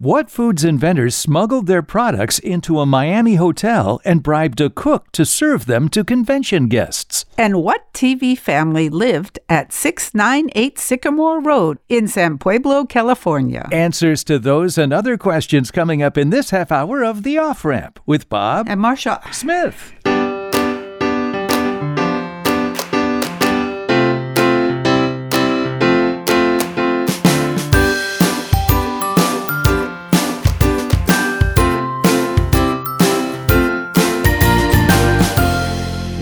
What foods inventors smuggled their products into a Miami hotel and bribed a cook to serve them to convention guests? And what TV family lived at 698 Sycamore Road in San Pueblo, California? Answers to those and other questions coming up in this half hour of The Off Ramp with Bob And Marsha, Smith.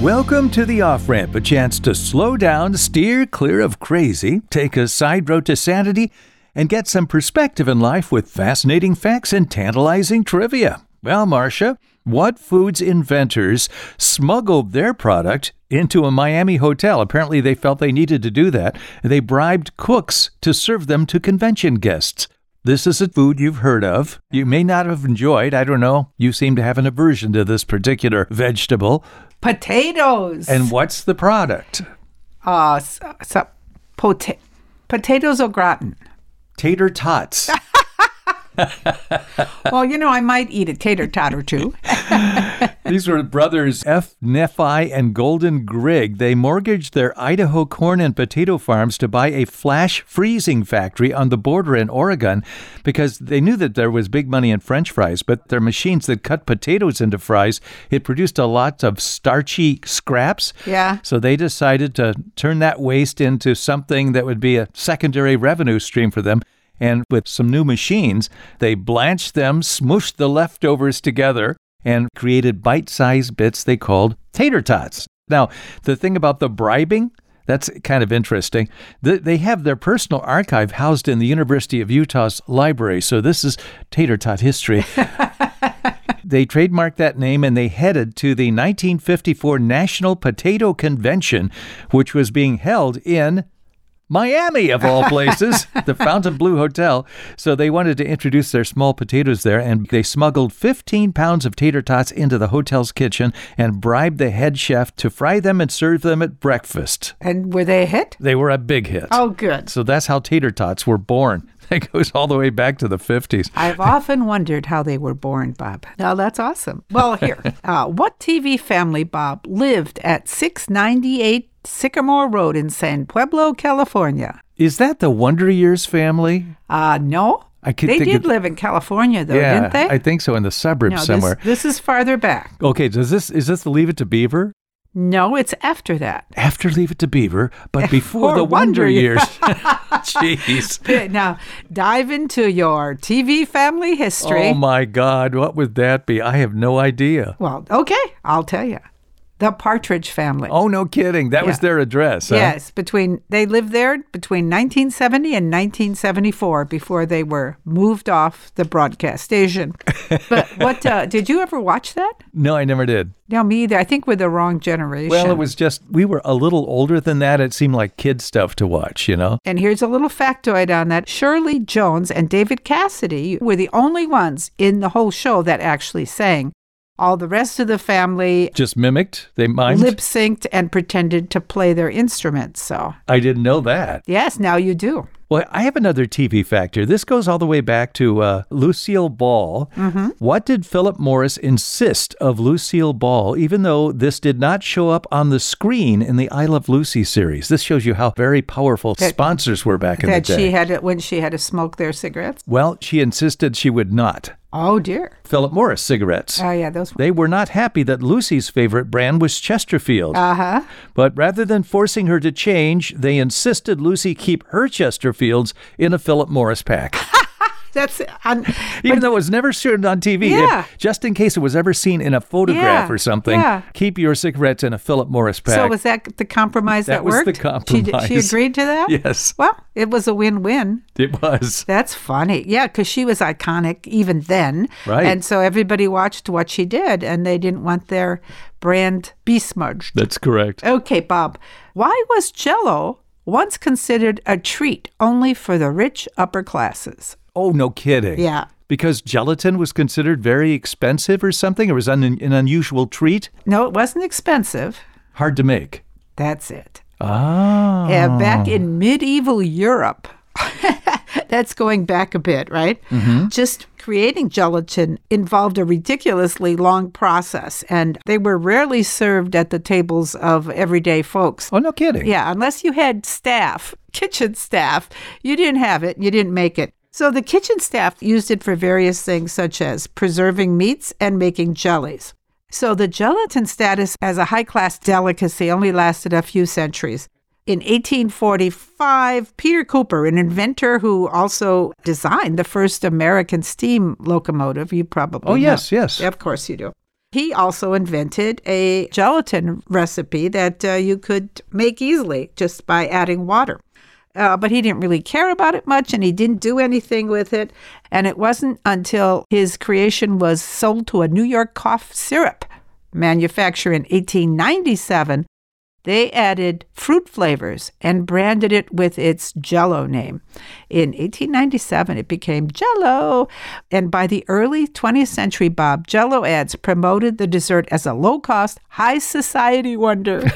Welcome to the off ramp, a chance to slow down, steer clear of crazy, take a side road to sanity, and get some perspective in life with fascinating facts and tantalizing trivia. Well, Marcia, what foods inventors smuggled their product into a Miami hotel? Apparently, they felt they needed to do that. They bribed cooks to serve them to convention guests. This is a food you've heard of. You may not have enjoyed. I don't know. You seem to have an aversion to this particular vegetable. potatoes. And what's the product? uh, s- s- pota- potatoes au gratin. Tater tots. well, you know, I might eat a tater tot or two. These were brothers F. Nephi and Golden Grigg. They mortgaged their Idaho corn and potato farms to buy a flash freezing factory on the border in Oregon because they knew that there was big money in french fries, but their machines that cut potatoes into fries, it produced a lot of starchy scraps. Yeah. So they decided to turn that waste into something that would be a secondary revenue stream for them. And with some new machines, they blanched them, smooshed the leftovers together, and created bite sized bits they called tater tots. Now, the thing about the bribing, that's kind of interesting. Th- They have their personal archive housed in the University of Utah's library, so this is tater tot history they trademarked that name and they headed to the 1954 National Potato Convention, which was being held in Miami, of all places, the Fontainebleau Hotel. So they wanted to introduce their small potatoes there, and they smuggled 15 pounds of tater tots into the hotel's kitchen and bribed the head chef to fry them and serve them at breakfast. and were they a hit? They were a big hit. Oh, good. So that's how tater tots were born. That goes all the way back to the 50s. I've often wondered how they were born, Bob. Now that's awesome. Well, here, uh, what TV family, Bob, lived at 698 Sycamore Road in San Pueblo, California? Is that the Wonder Years family? Uh, no. I could they think did of- live in California, though, yeah, didn't they? I think so in the suburbs no, somewhere. This, this is farther back. Okay, does this is this the Leave It to Beaver? No, it's after that. After Leave It to Beaver, but before Or the Wonder, Wonder Years. Jeez. now, dive into your TV family history. Oh my God, what would that be? I have no idea. well, okay, I'll tell you. The Partridge family. Oh no, kidding! That was Yeah. their address. huh? Yes, between they lived there between 1970 and 1974 before they were moved off the broadcast station. But what uh, did you ever watch that? No, I never did. No, me either. I think we're the wrong generation. Well, it was just we were a little older than that. It seemed like kid stuff to watch, you know. And here's a little factoid on that. Shirley Jones and David Cassidy were the only ones in the whole show that actually sang. All the rest of the family Just mimicked. They mimed. lip synced and pretended to play their instruments. So, I didn't know that. yes, now you do. Well, I have another TV factor. This goes all the way back to uh, Lucille Ball. Mm-hmm. What did Philip Morris insist of Lucille Ball, even though this did not show up on the screen in the I Love Lucy series? This shows you how very powerful That- sponsors were back in the That day. she had it when she had to smoke their cigarettes. well, she insisted she would not. Oh dear. Philip Morris cigarettes. Oh yeah, those. they were not happy that Lucy's favorite brand was Chesterfield. Uh huh. But rather than forcing her to change, they insisted Lucy keep her Chesterfields in a Philip Morris pack. That's um, on. Even though it was never shown on TV, if- Yeah. just in case it was ever seen in a photograph Yeah, or something, yeah. keep your cigarettes in a Philip Morris pack. So was that the compromise That that, was the worked? She d- She, compromise. agreed to that. Yes. Well, it was a win-win. it was. That's funny. Yeah, because she was iconic even then. Right. And so everybody watched what she did, and they didn't want their brand be smudged. That's correct. Okay, Bob. Why was Jello once considered a treat only for the rich upper classes? Oh, no kidding. Yeah. Because gelatin was considered very expensive or something, or was un- an unusual treat, No, it wasn't expensive. hard to make. That's it. Ah. Uh, back in medieval Europe. That's going back a bit, right? Just creating gelatin involved a ridiculously long process, and they were rarely served at the tables of everyday folks. Oh, no kidding. Yeah, unless you had staff, kitchen staff, you didn't have it, you didn't make it. So the kitchen staff used it for various things such as preserving meats and making jellies. So the gelatin status as a high class delicacy only lasted a few centuries. In 1845, Peter Cooper, an inventor who also designed the first American steam locomotive, you probably Oh, know. yes, yes. Of course you do. He also invented a gelatin recipe that uh, you could make easily just by adding water. Uh, but he didn't really care about it much and he didn't do anything with it. And it wasn't until his creation was sold to a New York cough syrup manufacturer in 1897 they added fruit flavors and branded it with its Jello name. In 1897, it became Jello. And by the early 20th century, Bob, Jello ads promoted the dessert as a low cost, high society wonder.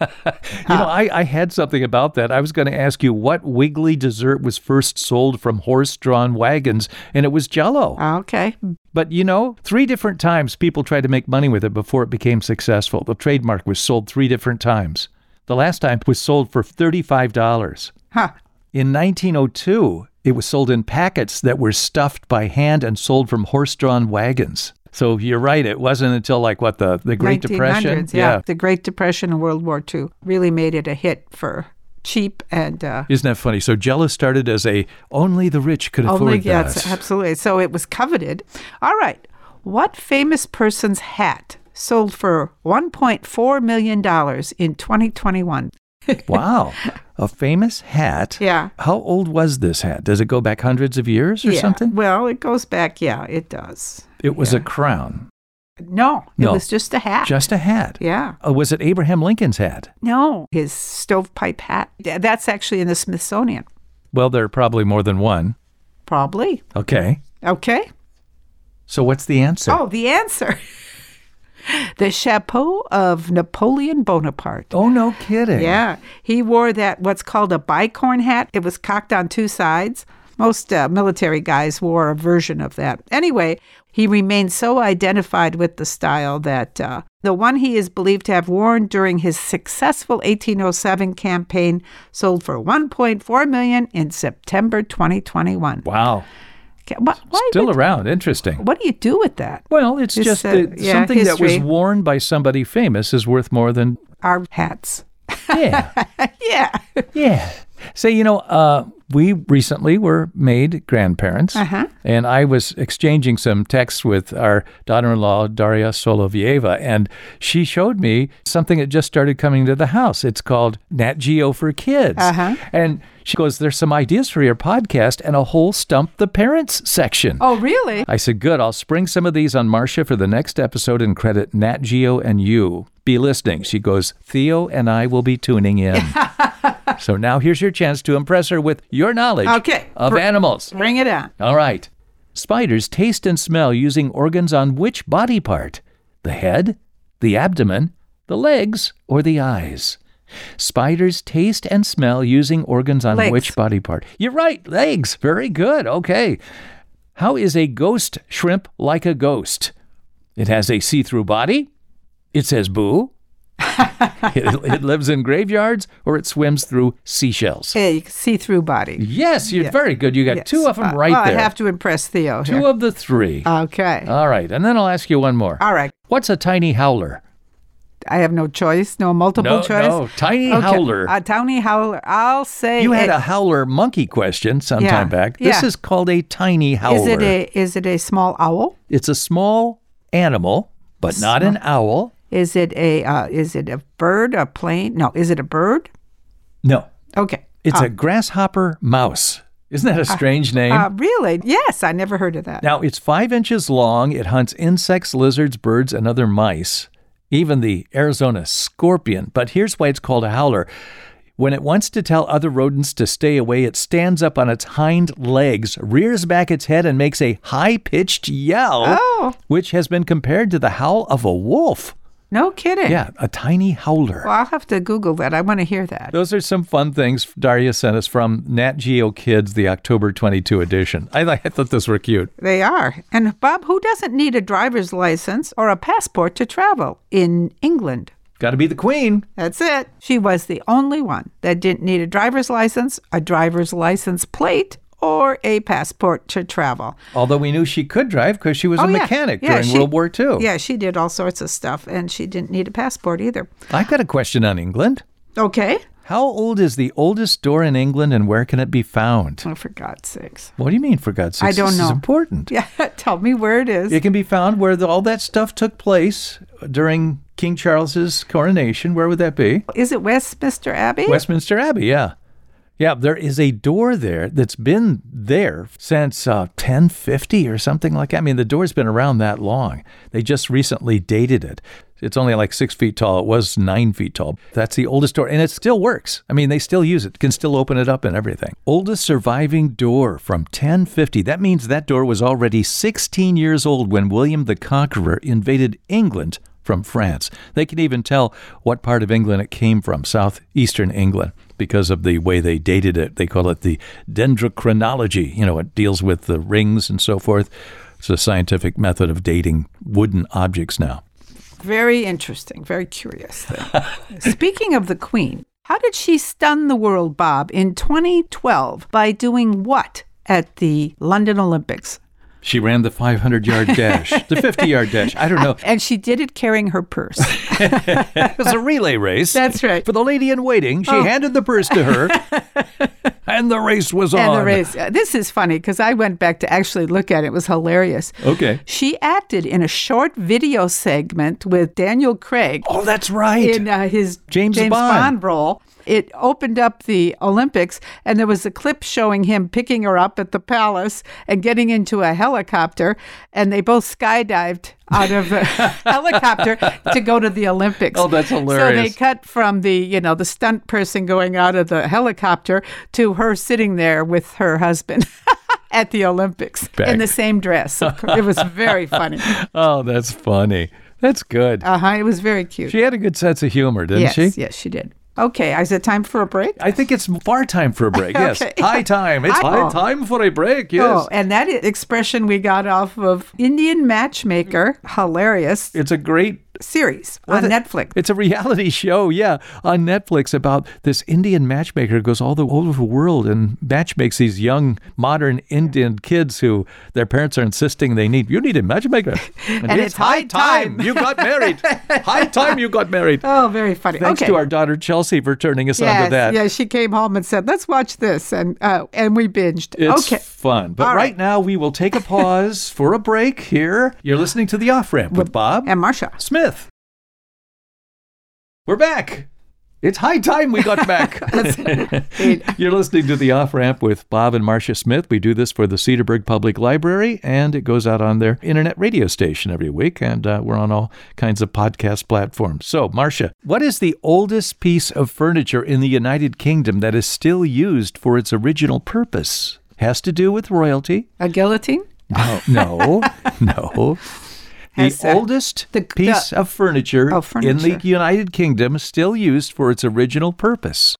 You know, I, I had something about that. I was going to ask you what wiggly dessert was first sold from horse drawn wagons, and it was jello. okay. But you know, three different times people tried to make money with it before it became successful. The trademark was sold three different times. The last time was sold for $35. Huh. In 1902, it was sold in packets that were stuffed by hand and sold from horse drawn wagons. So you're right, it wasn't until like what the, the Great 1900s, Depression? Yeah. The Great Depression and World War II really made it a hit for cheap and. Uh, Isn't that funny? So Jello started as a only the rich could afford Only, that. yes, Oh, absolutely. So it was coveted. All right. What famous person's hat sold for $1.4 million in 2021? wow. A famous hat. Yeah. How old was this hat? Does it go back hundreds of years or yeah. something? Well, it goes back. Yeah, it does. It was a crown, No, No. it was just a hat. just a hat. yeah. Uh, was it Abraham Lincoln's hat? No, his stovepipe hat. Th- That's actually in the Smithsonian. Well, there are probably more than one. Probably. Okay. Okay. So what's the answer? Oh, the answer. the chapeau of Napoleon Bonaparte. Oh, no kidding. Yeah, he wore that what's called a bicorn hat. It was cocked on two sides. Most uh, military guys wore a version of that. Anyway, he remained so identified with the style that uh, the one he is believed to have worn during his successful 1807 campaign sold for 1.4 million in September 2021. Wow. Okay, wh- why Still would- around. Interesting. What do you do with that? Well, it's This, just uh, that yeah, something that was history. worn by somebody famous is worth more than. Our hats. Yeah. yeah. Yeah. Say, you know, uh, we recently were made grandparents, Uh-huh. and I was exchanging some texts with our daughter-in-law Daria Solovieva, and she showed me something that just started coming to the house. It's called Nat Geo for Kids, Uh-huh. and she goes, "There's some ideas for your podcast and a whole stump the parents section." Oh, really? I said, good, I'll spring some of these on Marcia for the next episode and credit Nat Geo and you. Be listening. She goes, Theo and I will be tuning in. so now here's your chance to impress her with your knowledge Okay. of Br- animals. Bring it on. All right. Spiders taste and smell using organs on which body part? The head, the abdomen, the legs, or the eyes? Spiders taste and smell using organs on Legs. which body part? You're right, legs. Very good. Okay. How is a ghost shrimp like a ghost? It has a see through body, it says boo, it, it lives in graveyards, or it swims through seashells. A see-through body. Yes, you're very good. You got Yes. two of them Uh, right well, there. I have to impress Theo Two here. of Uh, the three. Uh, okay. All right, and then I'll ask you one more. All right. What's a tiny howler? I have no choice. No multiple No, choice. no, tiny Okay. howler. A tiny howler. I'll say. you had it- a howler monkey question sometime Yeah, back. This yeah. is called a tiny howler. Is it a is it a small owl? it's a small animal, but not an owl. Is it a uh, is it a bird? A plane? No. Is it a bird? No, Okay. it's a grasshopper mouse. Isn't that a strange name? Uh, really? Yes. I never heard of that. Now, it's five inches long. It hunts insects, lizards, birds, and other mice, even the Arizona scorpion. But here's why it's called a howler. When it wants to tell other rodents to stay away, it stands up on its hind legs, rears back its head, and makes a high pitched yell, Oh. which has been compared to the howl of a wolf. No kidding. Yeah, a tiny howler. Well, I'll have to Google that. I want to hear that. Those are some fun things Daria sent us from Nat Geo Kids, the October 22 edition. I, I thought those were cute. They are. And Bob, who doesn't need a driver's license or a passport to travel in England? Got to be the queen. That's it. She was the only one that didn't need a driver's license, a driver's license plate, or a passport to travel. Although we knew she could drive because she was Oh, a yeah. mechanic Yeah, during she- World War II. Yeah, she did all sorts of stuff, and she didn't need a passport either. I've got a question on England. Okay. How old is the oldest door in England and where can it be found? Oh, for God's sakes. What do you mean, for God's sake? I don't This is know. important. Yeah, tell me where it is. It can be found where the, all that stuff took place during King Charles's coronation. Where would that be? Is it Westminster Abbey? Westminster Abbey, yeah. Yeah, there is a door there that's been there since uh, 1050 or something like that. I mean, the door's been around that long. They just recently dated it. It's only like six feet tall. It was nine feet tall. That's the oldest door, and it still works. I mean, they still use it, can still open it up and everything. Oldest surviving door from 1050. That means that door was already 16 years old when William the Conqueror invaded England from France. They can even tell what part of England it came from, southeastern England, because of the way they dated it. They call it the dendrochronology. You know, it deals with the rings and so forth. It's a scientific method of dating wooden objects now. Very interesting, very curious. thing. Speaking of the Queen, how did she stun the world, Bob, in 2012 by doing what at the London Olympics? She ran the 500 yard dash, the 50 yard dash. I don't know. And she did it carrying her purse. It was a relay race. That's right. For the lady in waiting, she handed the purse to her, and the race was on. and the race. Uh, This is funny because I went back to actually look at it. It was hilarious. Okay. She acted in a short video segment with Daniel Craig Oh, that's right. in uh, his James Bond. Bond. role. It opened up the Olympics, and there was a clip showing him picking her up at the palace and getting into a helicopter, and they both skydived out of the helicopter to go to the Olympics. Oh, that's So they hilarious. cut from the you know the stunt person going out of the helicopter to her sitting there with her husband. At the Olympics in Back. the same dress. Of course. It was very funny. oh, that's funny. That's good. Uh huh. It was very cute. She had a good sense of humor, didn't yes, she? yes, she did. Okay, is it time for a break? I think it's far time for a break. Yes, Okay. high time. It's Hi- high oh. time for a break. Yes. Oh, and that i- expression we got off of Indian Matchmaker, hilarious It's a great series on Netflix. It's a reality show, yeah, on Netflix about this Indian matchmaker who goes all the all over the world and matchmakes these young modern Indian kids who their parents are insisting they need. You need a matchmaker, and, it's high time. you got married. high time you got married. Oh, very funny. Thanks okay. to our daughter Chelsea for turning us yes, onto that. Yeah, she came home and said, "Let's watch this," and uh, and we binged. It's okay. fun. But All right. right. now, we will take a pause for a break here. You're listening to The Off Ramp with Bob And Marsha. Smith. We're back. It's high time we got back. You're listening to The Off Ramp with Bob and Marcia Smith. We do this for the Cedarburg Public Library, and it goes out on their internet radio station every week, and uh, we're on all kinds of podcast platforms. So, Marcia, what is the oldest piece of furniture in the United Kingdom that is still used for its original purpose? Has to do with royalty? A guillotine. No, no, no. The Has, uh, oldest the- piece of furniture, in Oh, the furniture. United Kingdom still used for its original purpose.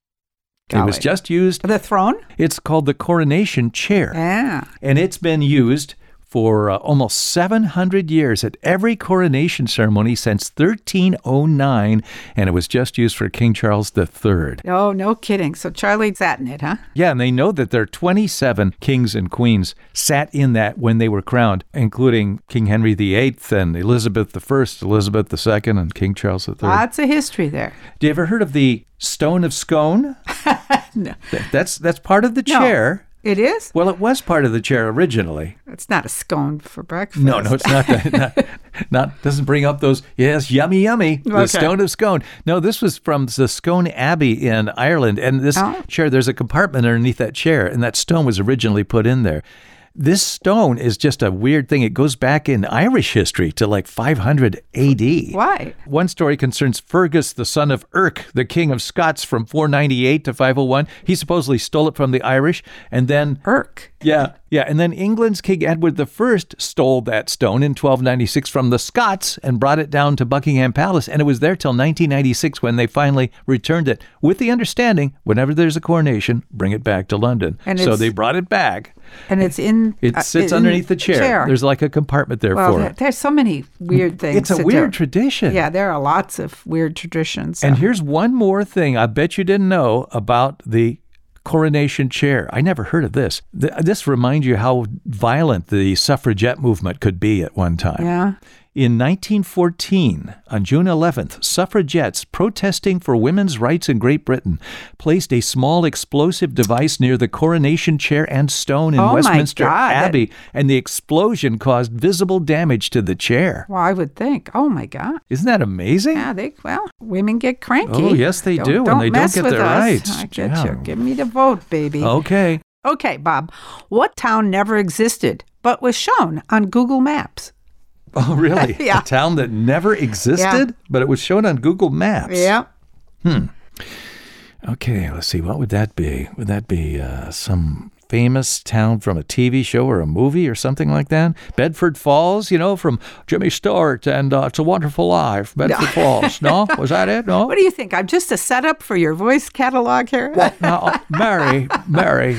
It was Golly. just used. The throne. It's called the coronation chair, Yeah. and it's been used for uh, almost 700 years at every coronation ceremony since 1309, and it was just used for King Charles III. Oh, no kidding. So Charlie sat in it, huh? Yeah, and they know that there are 27 kings and queens sat in that when they were crowned, including King Henry VIII and Elizabeth I, Elizabeth II, and King Charles III. Lots of history there. Do you ever heard of the Stone of Scone? No. Th- That's that's part of the No. chair. It is. Well, it was part of the chair originally. It's not a scone for breakfast. No, no, it's not that. Not, not doesn't bring up those. Yes, yummy, yummy. The Okay. stone of scone. No, this was from the Scone Abbey in Ireland, and this Oh. chair. There's a compartment underneath that chair, and that stone was originally put in there. This stone is just a weird thing. It goes back in Irish history to like 500 AD. Why? One story concerns Fergus, the son of Urk, the king of Scots, from 498 to 501. He supposedly stole it from the Irish, and then Irk. yeah, yeah, and then England's King Edward I stole that stone in 1296 from the Scots and brought it down to Buckingham Palace, and it was there till 1996 when they finally returned it, with the understanding whenever there's a coronation, bring it back to London. And so it's- they brought it back. And it's in. It uh, sits in underneath the chair. There's like a compartment there well, for there, it. there's so many weird things. It's a that weird there- tradition. Yeah, there are lots of weird traditions. And here's one more thing I bet you didn't know about the coronation chair. I never heard of this. Th- this reminds you how violent the suffragette movement could be at one time. yeah. In 1914, on June 11th, suffragettes protesting for women's rights in Great Britain placed a small explosive device near the coronation chair and stone in Oh my Westminster God, that- Abbey, and the explosion caused visible damage to the chair. Well, I would think. Oh my God. Isn't that amazing? Yeah, they well, women get cranky. Oh, yes, they Don't- do, and Don't they don't mess get with their us. rights. I get Yeah. Oh. you. Give me the vote, baby. Okay. Okay, Bob. What town never existed but was shown on Google Maps? Oh, really? Yeah. A town that never existed, but it was shown on Google Maps. Yeah. Okay, let's see. What would that be? Would that be uh, some famous town from a TV show or a movie or something like that? Bedford Falls, you know, from Jimmy Stewart and uh, It's a Wonderful Life. Bedford Falls. No? Was that it? No? What do you think? I'm just a setup for your voice catalog here. now, uh, Mary, Mary,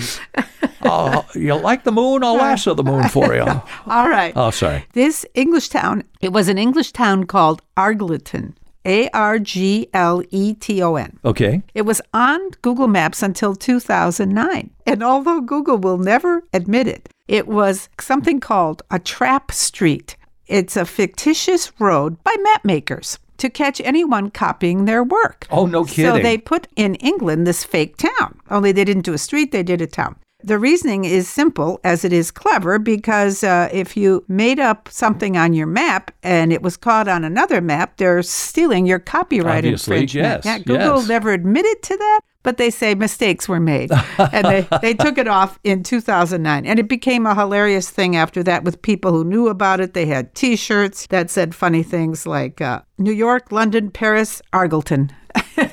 uh, you like the moon? I'll lasso the moon for you. All right. Oh, sorry. This English town, it was an English town called Argleton. A R G L E T O N. Okay. It was on Google Maps until 2009. And although Google will never admit it, it was something called a trap street. It's a fictitious road by map makers to catch anyone copying their work. Oh, no So kidding. they put in England this fake town, only they didn't do a street, they did a town. The reasoning is simple as it is clever because uh, if you made up something on your map and it was caught on another map, they're stealing your copyright Obviously, infringement. yes, Yeah, Google yes. never admitted to that, but they say mistakes were made. and they, they took it off in 2009. And it became a hilarious thing after that with people who knew about it. They had t shirts that said funny things like uh, New York, London, Paris, Argleton.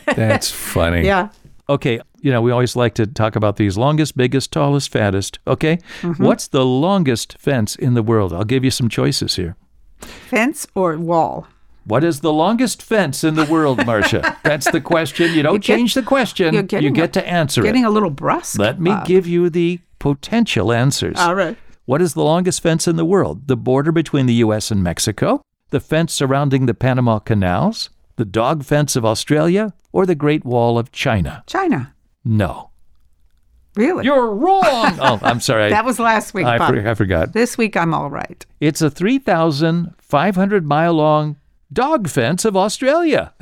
That's funny. Yeah. Okay, you know, we always like to talk about these longest, biggest, tallest, fattest. Okay, Mm-hmm. what's the longest fence in the world? I'll give you some choices here. Fence or wall? What is the longest fence in the world, Marcia? That's the question. You don't get- change the question. you're you getting get a- to answer Getting it. a little brusque. Let me Bob. give you the potential answers. All right. What is the longest fence in the world? The border between the U.S. and Mexico, the fence surrounding the Panama Canals, the dog fence of Australia, or the Great Wall of China? China. No. Really? You're wrong. oh, I'm sorry. I- that was last week, I, Bob. for, I forgot. This week I'm all right. It's a 3,500 mile long dog fence of Australia.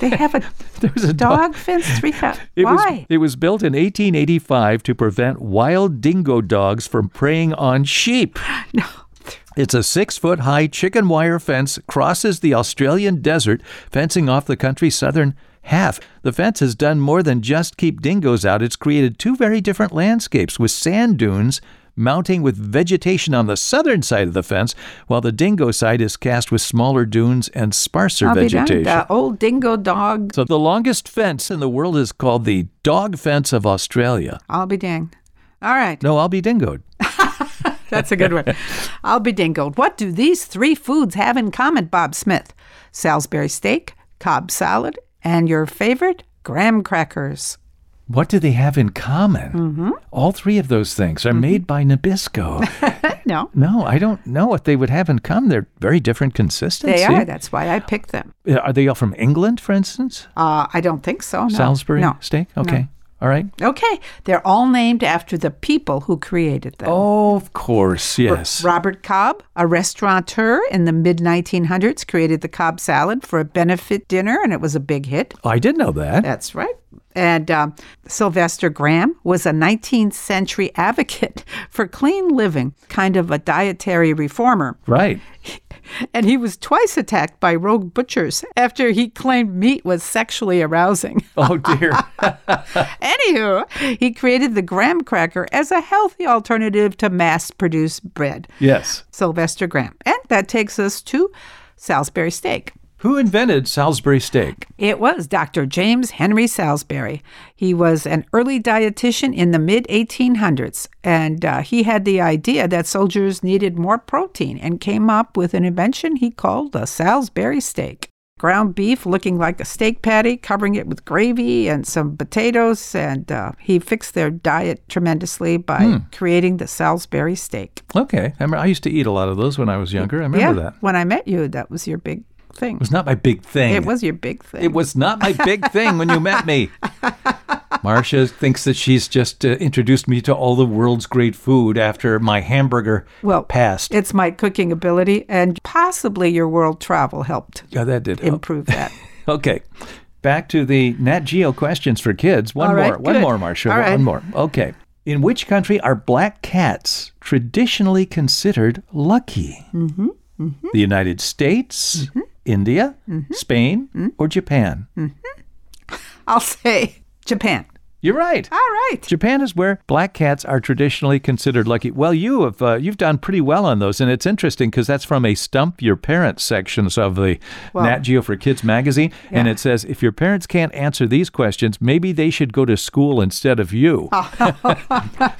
They have a There's a dog. dog fence three times. It Was, Why? it was built in 1885 to prevent wild dingo dogs from preying on sheep. No. It's a six foot high chicken wire fence, crosses the Australian desert, fencing off the country's southern half. The fence has done more than just keep dingoes out. It's created two very different landscapes with sand dunes mounting with vegetation on the southern side of the fence, while the dingo side is cast with smaller dunes and sparser I'll vegetation. be done. The old dingo dog. So the longest fence in the world is called the dog fence of Australia. I'll be danged. All right. No, I'll be dingoed. That's a good one. I'll be dingled. What do these three foods have in common, Bob Smith? Salisbury steak, Cobb salad, and your favorite, graham crackers. What do they have in common? Mm-hmm. All three of those things are made by Nabisco. No, no, I don't know what they would have in common. They're very different consistency. they are. That's why I picked them. Uh, Are they all from England, for instance? Uh, I don't think so. No. Salisbury No. steak? Okay. All right. Okay. They're all named after the people who created them. Oh, of course. Yes. Robert Cobb, a restaurateur in the mid 1900s, created the Cobb salad for a benefit dinner, and it was a big hit. I did know that. That's right. And um, Sylvester Graham was a 19th century advocate for clean living, kind of a dietary reformer. Right. and he was twice attacked by rogue butchers after he claimed meat was sexually arousing. Oh, dear. Anywho, he created the graham cracker as a healthy alternative to mass produced bread. yes. Sylvester Graham. And that takes us to Salisbury steak. Who invented Salisbury steak? It was Dr. James Henry Salisbury. He was an early dietitian in the mid 1800s, and uh, he had the idea that soldiers needed more protein and came up with an invention he called the Salisbury steak. Ground beef looking like a steak patty, covering it with gravy and some potatoes, and uh, he fixed their diet tremendously by Hmm. creating the Salisbury steak. Okay. I, remember, I used to eat a lot of those when I was younger. I remember yeah, that. It when I met you, that was your big thing. was not my big thing. It was your big thing. It was not my big thing when you met me. Marcia thinks that she's just uh, introduced me to all the world's great food after my hamburger Well, passed. It's my cooking ability, and possibly your world travel helped yeah, that did help. improve that. Okay. Back to the Nat Geo questions for kids. One All more. right, one good. more, Marcia. All one right. more. Okay. In which country are black cats traditionally considered lucky? Mm-hmm, The United States, Mm-hmm. India, Spain, or Japan? Mm. I'll say Japan. You're right. All right. Japan is where black cats are traditionally considered lucky. Well, you have uh, you've done pretty well on those, and it's interesting because that's from a stump your parents sections of the Nat Geo for Kids magazine, and it says if your parents can't answer these questions, maybe they should go to school instead of you.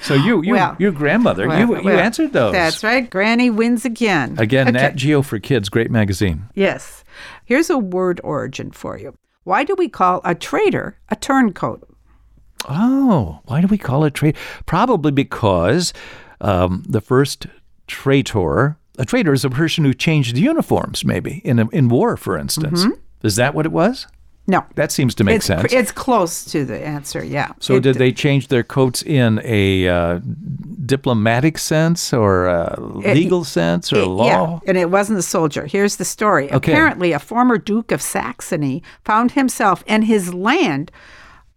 so you, you Well. your grandmother, Well, you you well, answered those. That's right. Granny wins again. Again, Okay. Nat Geo for Kids, great magazine. Yes. Here's a word origin for you. Why do we call a traitor a turncoat? Oh, why do we call it trade? Probably because um, the first traitor, a traitor is a person who changed uniforms, maybe in a, in war, for instance. Is that what it was? No. That seems to make Mm-hmm. sense. it's, it's close to the answer, yeah. so, It- did they change their coats in a uh, diplomatic sense or a legal sense or law? Yeah, and it wasn't a soldier. Here's the story. Okay. Apparently, a former Duke of Saxony found himself and his land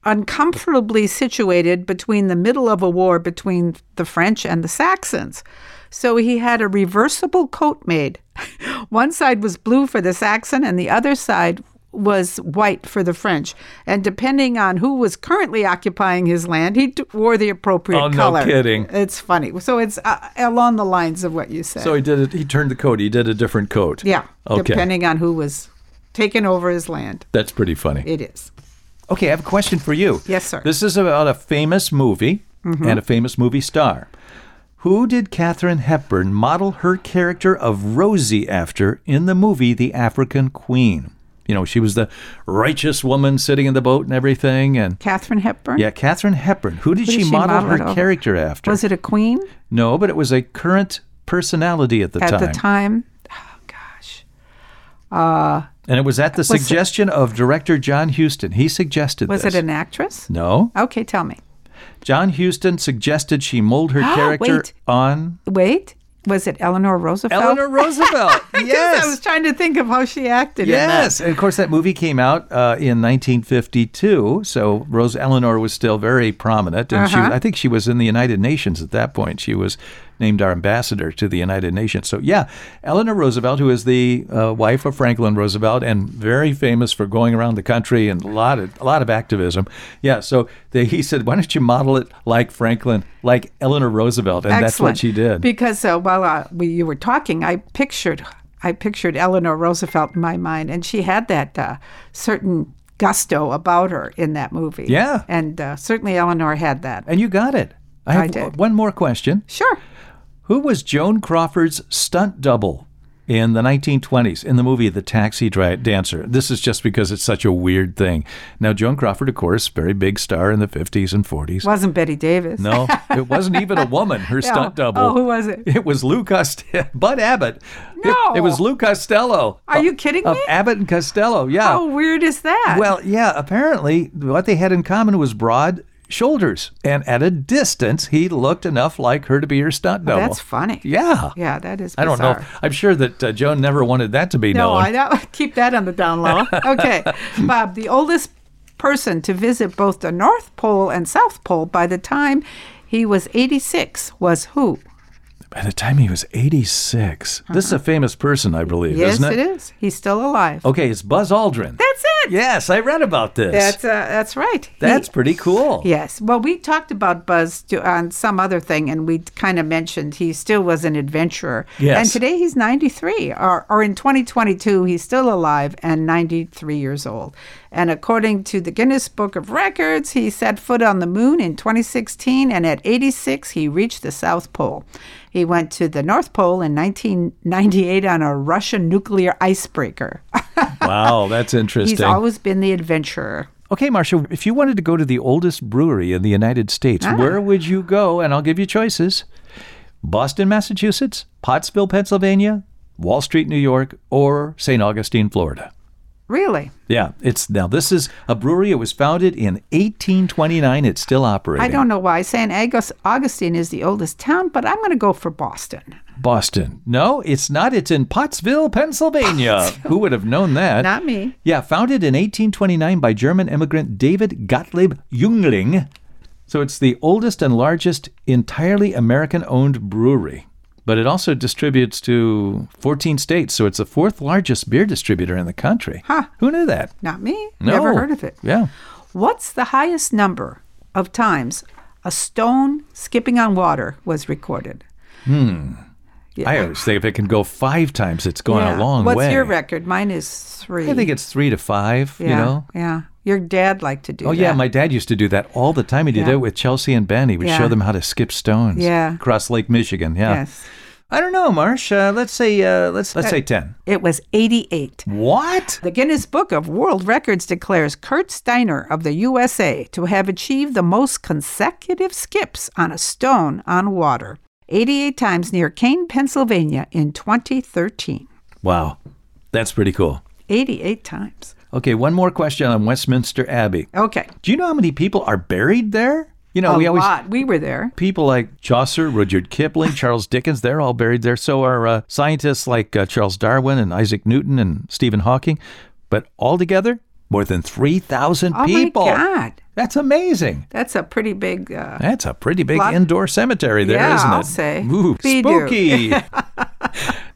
uncomfortably situated between the middle of a war between the French and the Saxons. So he had a reversible coat made. One side was blue for the Saxon, and the other side was white for the French. And depending on who was currently occupying his land, he d- wore the appropriate Oh, no color. kidding. It's funny. So it's uh, along the lines of what you said. So he did it. He turned the coat. He did a different coat. Yeah, Okay. depending on who was taking over his land. That's pretty funny. It is. Okay, I have a question for you. Yes, sir. Mm-hmm. This is about a famous movie and a famous movie star. Who did Katharine Hepburn model her character of Rosie after in the movie The African Queen? You know, she was the righteous woman sitting in the boat and everything. And Catherine Hepburn? yeah, Katharine Hepburn. Who did, Who she, did she model, model her it over? character after? Was it a queen no, but it was a current personality at the at time. the time? Oh, gosh. And it was at the it- suggestion of director John Huston. He suggested Was this. it an actress? no. Okay, tell me. John Huston suggested she mold her character Wait. on Wait, was it Eleanor Roosevelt? Eleanor Roosevelt. Yes, Oh. I was yes. trying to think of how she acted. in that. Yes. And of course, that movie came out uh, in 1952. So Rose Eleanor was still very prominent. And Uh-huh. she, I think she was in the United Nations at that point. She was named our ambassador to the United Nations. So, yeah, Eleanor Roosevelt, who is the uh, wife of Franklin Roosevelt and very famous for going around the country and a lot of, a lot of activism. Yeah. So they, he said, why don't you model it like Franklin, like Eleanor Roosevelt? And that's what Excellent. she did. Because uh, while uh, we, you were talking, I pictured I pictured Eleanor Roosevelt in my mind, and she had that uh, certain gusto about her in that movie. Yeah. and uh, certainly Eleanor had that. And you got it. I have I did. one more question. Sure. Who was Joan Crawford's stunt double in the 1920s in the movie The Taxi Dri- Dancer? This is just because it's such a weird thing. Now, Joan Crawford, of course, very big star in the 50s and 40s. Wasn't Betty Davis? No, it wasn't even a woman, her stunt double. Oh, who was it? It was Lou Costello, Bud Abbott. It- No. It, was Lou Costello. Are you kidding Of me? Oh, Abbott and Costello, yeah. How weird is that? Well, yeah, apparently what they had in common was broad shoulders. And at a distance, he looked enough like her to be her stunt double. Oh, that's funny. Yeah. yeah, that is. I Bizarre. don't know. I'm sure that uh, Joan never wanted that to be No, known. I don't, keep that on the down low. Okay, Bob, the oldest person to visit both the North Pole and South Pole by the time he was 86 was who? by the time he was 86. This is a famous person, I believe, Uh-huh. Yes, isn't it? it is. He's still alive. Okay, it's Buzz Aldrin. That's it. Yes, I read about this. That's uh, that's right. He- That's pretty cool. Yes. Well, we talked about Buzz to, on some other thing, and we kind of mentioned he still was an adventurer. Yes. And today he's 93, or, or in 2022, he's still alive and 93 years old. And according to the Guinness Book of Records, he set foot on the moon in 2016, and at 86, he reached the South Pole. He went to the North Pole in 1998 on a Russian nuclear icebreaker. Wow, that's he's interesting. always been the adventurer. okay, Marcia, if you wanted to go to the oldest brewery in the United States, Ah. where would you go? And I'll give you choices Boston, Massachusetts, Pottsville, Pennsylvania, Wall Street, New York, or St. Augustine, Florida. Really? Yeah, it's now this is a brewery. It was founded in 1829. It's still operating. I don't know why. San Agus- Augustine is the oldest town, but I'm going to go for Boston. Boston. No, it's not. It's in Pottsville, Pennsylvania. Who would have known that? Not me. Yeah, founded in 1829 by German immigrant David Gottlieb Jüngling. So it's the oldest and largest entirely American owned brewery. But it also distributes to 14 states, so it's the fourth largest beer distributor in the country. Huh. Who knew that? Not me. No. Never heard of it. Yeah. What's the highest number of times a stone skipping on water was recorded? Yeah. Hmm. I always think if it can go five times, it's going Yeah. a long What's way. your record? Mine is three. I think it's three to five, yeah, you know? Yeah. Your dad liked to do Oh that. yeah, my dad used to do that all the time. He did Yeah. it with Chelsea and Ben. He would Yeah. show them how to skip stones. Yeah. across Lake Michigan. Yeah. Yes. I don't know, Marsh. Uh, let's say uh, let's let's say ten. It was 88. What? The Guinness Book of World Records declares Kurt Steiner of the USA to have achieved the most consecutive skips on a stone on water, 88 times near Kane, Pennsylvania in 2013. Wow, that's pretty cool. 88 times. Okay, one more question on Westminster Abbey. Okay. Do you know how many people are buried there? You know, a we always lot. We were there. people like Chaucer, Rudyard Kipling, Charles Dickens, they're all buried there. So are uh, scientists like uh, Charles Darwin and Isaac Newton and Stephen Hawking. But altogether, more than 3,000 Oh people. my God. That's amazing. That's a pretty big. Uh, That's a pretty big Lot- indoor cemetery there, Yeah, not it? I'll say. Ooh, Be do. spooky.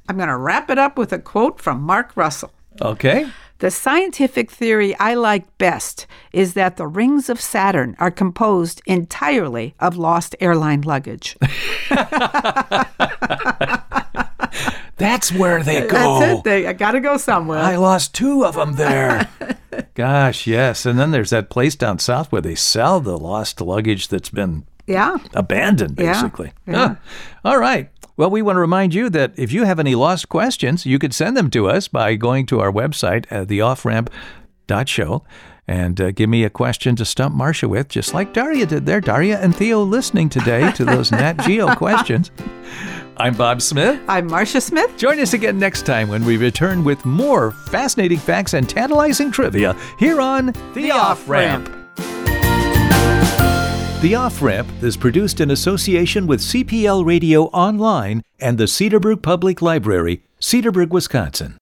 I'm going to wrap it up with a quote from Mark Russell. okay. The scientific theory I like best is that the rings of Saturn are composed entirely of lost airline luggage. That's where they go. That's it. They, I got to go somewhere. I lost two of them there. Gosh, yes. And then there's that place down south where they sell the lost luggage that's been yeah. abandoned, Yeah, basically. yeah. Huh. All right. Well, we want to remind you that if you have any lost questions, you could send them to us by going to our website, uh, theofframp.show, and uh, give me a question to stump Marcia with, just like Daria did there. Daria and Theo listening today to those Nat Geo questions. I'm Bob Smith. I'm Marcia Smith. Join us again next time when we return with more fascinating facts and tantalizing trivia here on The, Off Ramp. The Off Ramp is produced in association with CPL Radio Online and the Cedarbrook Public Library, Cedarburg, Wisconsin.